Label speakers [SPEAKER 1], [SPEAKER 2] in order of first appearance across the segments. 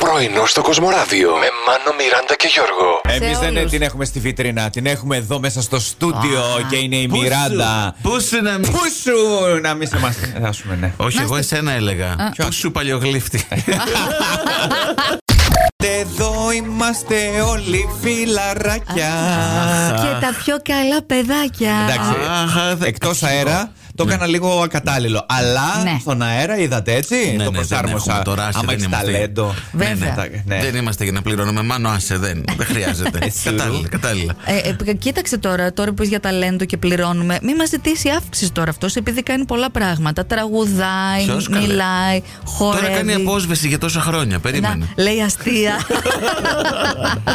[SPEAKER 1] Πρωινό στο Κοσμοράδιο με Μάνο, Μιράντα και Γιώργο.
[SPEAKER 2] Εμείς δεν
[SPEAKER 3] όλους.
[SPEAKER 2] την έχουμε στη βιτρίνα. Την έχουμε εδώ μέσα στο στούντιο
[SPEAKER 3] Α,
[SPEAKER 2] και είναι η Μιράντα.
[SPEAKER 4] Πού σου να μην.
[SPEAKER 2] Πού σου να μην σε μας χάσουμε, ναι.
[SPEAKER 4] Όχι, εγώ εσένα έλεγα.
[SPEAKER 2] Ποιο?
[SPEAKER 4] Πού σου παλιογλύφτη.
[SPEAKER 2] Εδώ είμαστε όλοι φιλαράκια.
[SPEAKER 3] Και τα πιο καλά παιδάκια.
[SPEAKER 2] Εντάξει,
[SPEAKER 4] Αχ, α, δε-
[SPEAKER 2] εκτό αέρα το
[SPEAKER 4] Ναι.
[SPEAKER 2] έκανα λίγο ακατάλληλο. Αλλά
[SPEAKER 3] Ναι.
[SPEAKER 2] στον αέρα είδατε έτσι.
[SPEAKER 4] ναι,
[SPEAKER 2] Το
[SPEAKER 4] δεν έχουμε
[SPEAKER 2] προσάρμοσα.
[SPEAKER 4] τώρα, άσε,
[SPEAKER 2] Άμα
[SPEAKER 4] δεν
[SPEAKER 2] έχεις
[SPEAKER 4] είμαστε.
[SPEAKER 2] ταλέντο.
[SPEAKER 3] Βέβαια.
[SPEAKER 2] Ναι, ναι, τα- ναι.
[SPEAKER 4] Δεν είμαστε για να πληρώνουμε. Μάνο, άσε, δεν, δεν χρειάζεται.
[SPEAKER 2] Εσύ.
[SPEAKER 4] κατάλληλα, κατάλληλα.
[SPEAKER 3] Ε, ε, π- κοίταξε τώρα, τώρα που είσαι για ταλέντο και πληρώνουμε, μην μας ζητήσει αύξηση τώρα αυτός, επειδή κάνει πολλά πράγματα. Τραγουδάει,
[SPEAKER 4] Ποιος, καλέ?
[SPEAKER 3] μιλάει, χορεύει.
[SPEAKER 4] Τώρα κάνει απόσβεση για τόσα χρόνια.
[SPEAKER 3] να,
[SPEAKER 4] Περίμενε.
[SPEAKER 3] λέει αστεία.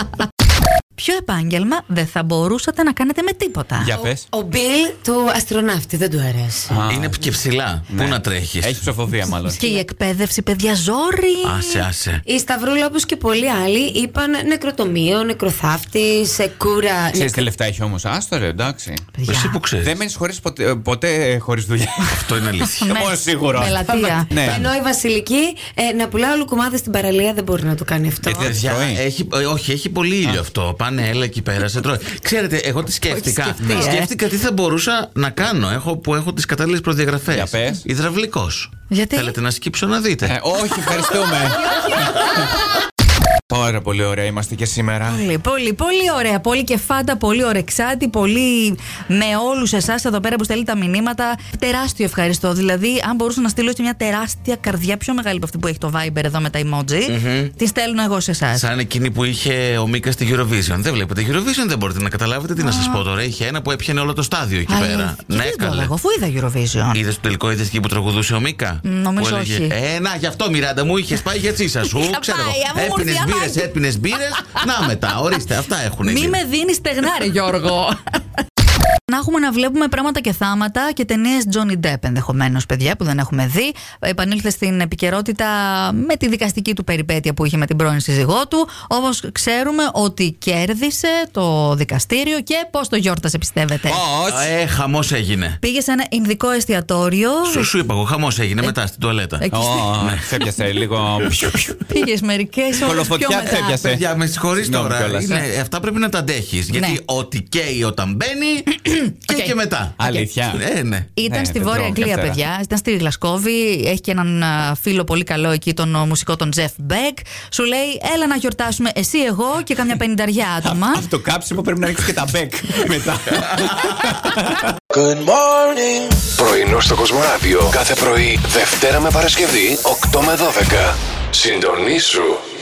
[SPEAKER 3] Ποιο επάγγελμα δεν θα μπορούσατε να κάνετε με τίποτα.
[SPEAKER 2] Για πες.
[SPEAKER 5] Ο Μπιλ του αστροναύτη δεν του αρέσει.
[SPEAKER 4] Είναι και ψηλά. Πού να τρέχεις.
[SPEAKER 2] Ναι. Έχει ψηφοφορία μάλλον.
[SPEAKER 3] Και η εκπαίδευση, παιδιά, ζόρι.
[SPEAKER 4] Άσε, άσε.
[SPEAKER 5] Η Σταυρούλα, όπως και πολλοί άλλοι, είπαν νεκροτομείο, νεκροθάφτης, σε κούρα.
[SPEAKER 2] Ξέρεις τι
[SPEAKER 5] νεκρο-
[SPEAKER 2] λεφτά έχει όμως. Άστο ρε, εντάξει.
[SPEAKER 3] Παιδιά.
[SPEAKER 4] Εσύ που ξέρεις.
[SPEAKER 2] Δεν μένεις ποτέ, ποτέ χωρίς δουλειά.
[SPEAKER 4] Αυτό είναι αλήθεια.
[SPEAKER 2] Μόνο σίγουρο.
[SPEAKER 3] Πελατεία.
[SPEAKER 2] Ναι.
[SPEAKER 5] Ενώ η Βασιλική ε, να πουλά λουκουμάδες στην παραλία δεν μπορεί να το κάνει αυτό.
[SPEAKER 2] Γιατί δεν
[SPEAKER 4] Παιδιά,
[SPEAKER 2] τρώει.
[SPEAKER 4] έχει, ε, όχι, έχει πολύ ήλιο αυτό. Πάνε, έλα εκεί πέρα, σε τρώει. Ξέρετε, εγώ τι σκέφτηκα.
[SPEAKER 3] σκεφτεί, ε.
[SPEAKER 4] Σκέφτηκα τι θα μπορούσα να κάνω έχω, που έχω τις κατάλληλες προδιαγραφές.
[SPEAKER 2] Για πες.
[SPEAKER 4] Ιδραυλικό.
[SPEAKER 3] Γιατί?
[SPEAKER 4] Θέλετε να σκύψω να
[SPEAKER 2] Ε,
[SPEAKER 4] δείτε.
[SPEAKER 2] όχι, ευχαριστούμε. Πάρα πολύ ωραία είμαστε και σήμερα.
[SPEAKER 3] Πολύ, πολύ, πολύ ωραία. Πολύ και φάντα, πολύ ωρεξάτη, πολύ με όλους εσάς εδώ πέρα που στέλνετε τα μηνύματα. Τεράστιο ευχαριστώ. Δηλαδή, αν μπορούσα να στείλω και μια τεράστια καρδιά πιο μεγάλη από αυτή που έχει το Viber εδώ με τα emoji, τη στέλνω εγώ σε εσάς.
[SPEAKER 4] Σαν εκείνη που είχε ο Μίκας στη Eurovision. Δεν βλέπετε Eurovision, δεν μπορείτε να καταλάβετε τι να σας πω τώρα. Είχε ένα που έπιανε όλο το στάδιο εκεί πέρα.
[SPEAKER 3] Ναι,
[SPEAKER 4] καλέ.
[SPEAKER 3] Εγώ αφού είδα Eurovision.
[SPEAKER 4] Είδες το τελικό, είδες εκεί που τραγουδούσε ο Μίκα.
[SPEAKER 3] Μ, νομίζω
[SPEAKER 4] Που έλεγε,
[SPEAKER 3] όχι.
[SPEAKER 4] Ε, να, γι' αυτό Μιράντα μου είχες πάει για τσίσα σου.
[SPEAKER 3] Είχα
[SPEAKER 4] ξέρω
[SPEAKER 3] πάει, άμα μου
[SPEAKER 4] εγώ. Έπινε
[SPEAKER 3] ήρθε
[SPEAKER 4] μπύρε,
[SPEAKER 3] ανάγκη.
[SPEAKER 4] έπινε μπύρες. Να μετά, ορίστε, αυτά έχουν
[SPEAKER 3] Μη
[SPEAKER 4] εκεί.
[SPEAKER 3] με δίνεις στεγνά, ρε Γιώργο. ναι. Να έχουμε να βλέπουμε πράγματα και θάματα και ταινίες Johnny Depp ενδεχομένως, παιδιά, που δεν έχουμε δει. Επανήλθε στην επικαιρότητα με τη δικαστική του περιπέτεια που είχε με την πρώην σύζυγό του. Όμως ξέρουμε ότι κέρδισε το δικαστήριο και πώς το γιόρτασε, πιστεύετε.
[SPEAKER 2] Πώς?
[SPEAKER 4] Ε, χαμός έγινε.
[SPEAKER 3] Πήγε σε ένα ινδικό εστιατόριο.
[SPEAKER 4] Σου, σου είπα εγώ, χαμός έγινε μετά στην τουαλέτα.
[SPEAKER 3] εκεί
[SPEAKER 2] Ω, Σε πιάσε λίγο.
[SPEAKER 3] Πήγες μερικές ώρες πιο
[SPEAKER 2] Κολοφωτιά
[SPEAKER 3] μετά.
[SPEAKER 2] ξέπιασε.
[SPEAKER 4] Παιδιά, με συγχωρείς
[SPEAKER 2] Συγγνώμη
[SPEAKER 4] τώρα.
[SPEAKER 2] κιόλας,
[SPEAKER 4] Είναι-
[SPEAKER 2] ε.
[SPEAKER 4] αυτά πρέπει να τα αντέχεις. Γιατί
[SPEAKER 3] Ναι.
[SPEAKER 4] ό,τι καίει όταν μπαίνει, καίει
[SPEAKER 3] Οκ.
[SPEAKER 4] και μετά.
[SPEAKER 2] Αλήθεια.
[SPEAKER 4] Ε, ναι.
[SPEAKER 3] Ήταν
[SPEAKER 2] Ναι,
[SPEAKER 3] στη
[SPEAKER 2] δεν
[SPEAKER 3] Βόρεια
[SPEAKER 2] τρώω
[SPEAKER 3] Αγγλία,
[SPEAKER 2] Δευτέρα.
[SPEAKER 3] παιδιά. Ήταν στη Γλασκόβη. Έχει και έναν α, φίλο πολύ καλό εκεί, τον ο, μουσικό, τον Τζεφ Μπέκ. Σου λέει, έλα να γιορτάσουμε εσύ, εγώ και καμιά πενηνταριά άτομα.
[SPEAKER 2] Αυτό το κάψιμο πρέπει να ρίξει και τα μπέκ μετά.
[SPEAKER 1] Πρωινό στο Κοσμοράδιο κάθε πρωί, Δευτέρα με Παρασκευή, 8 με 12. Συντονίσου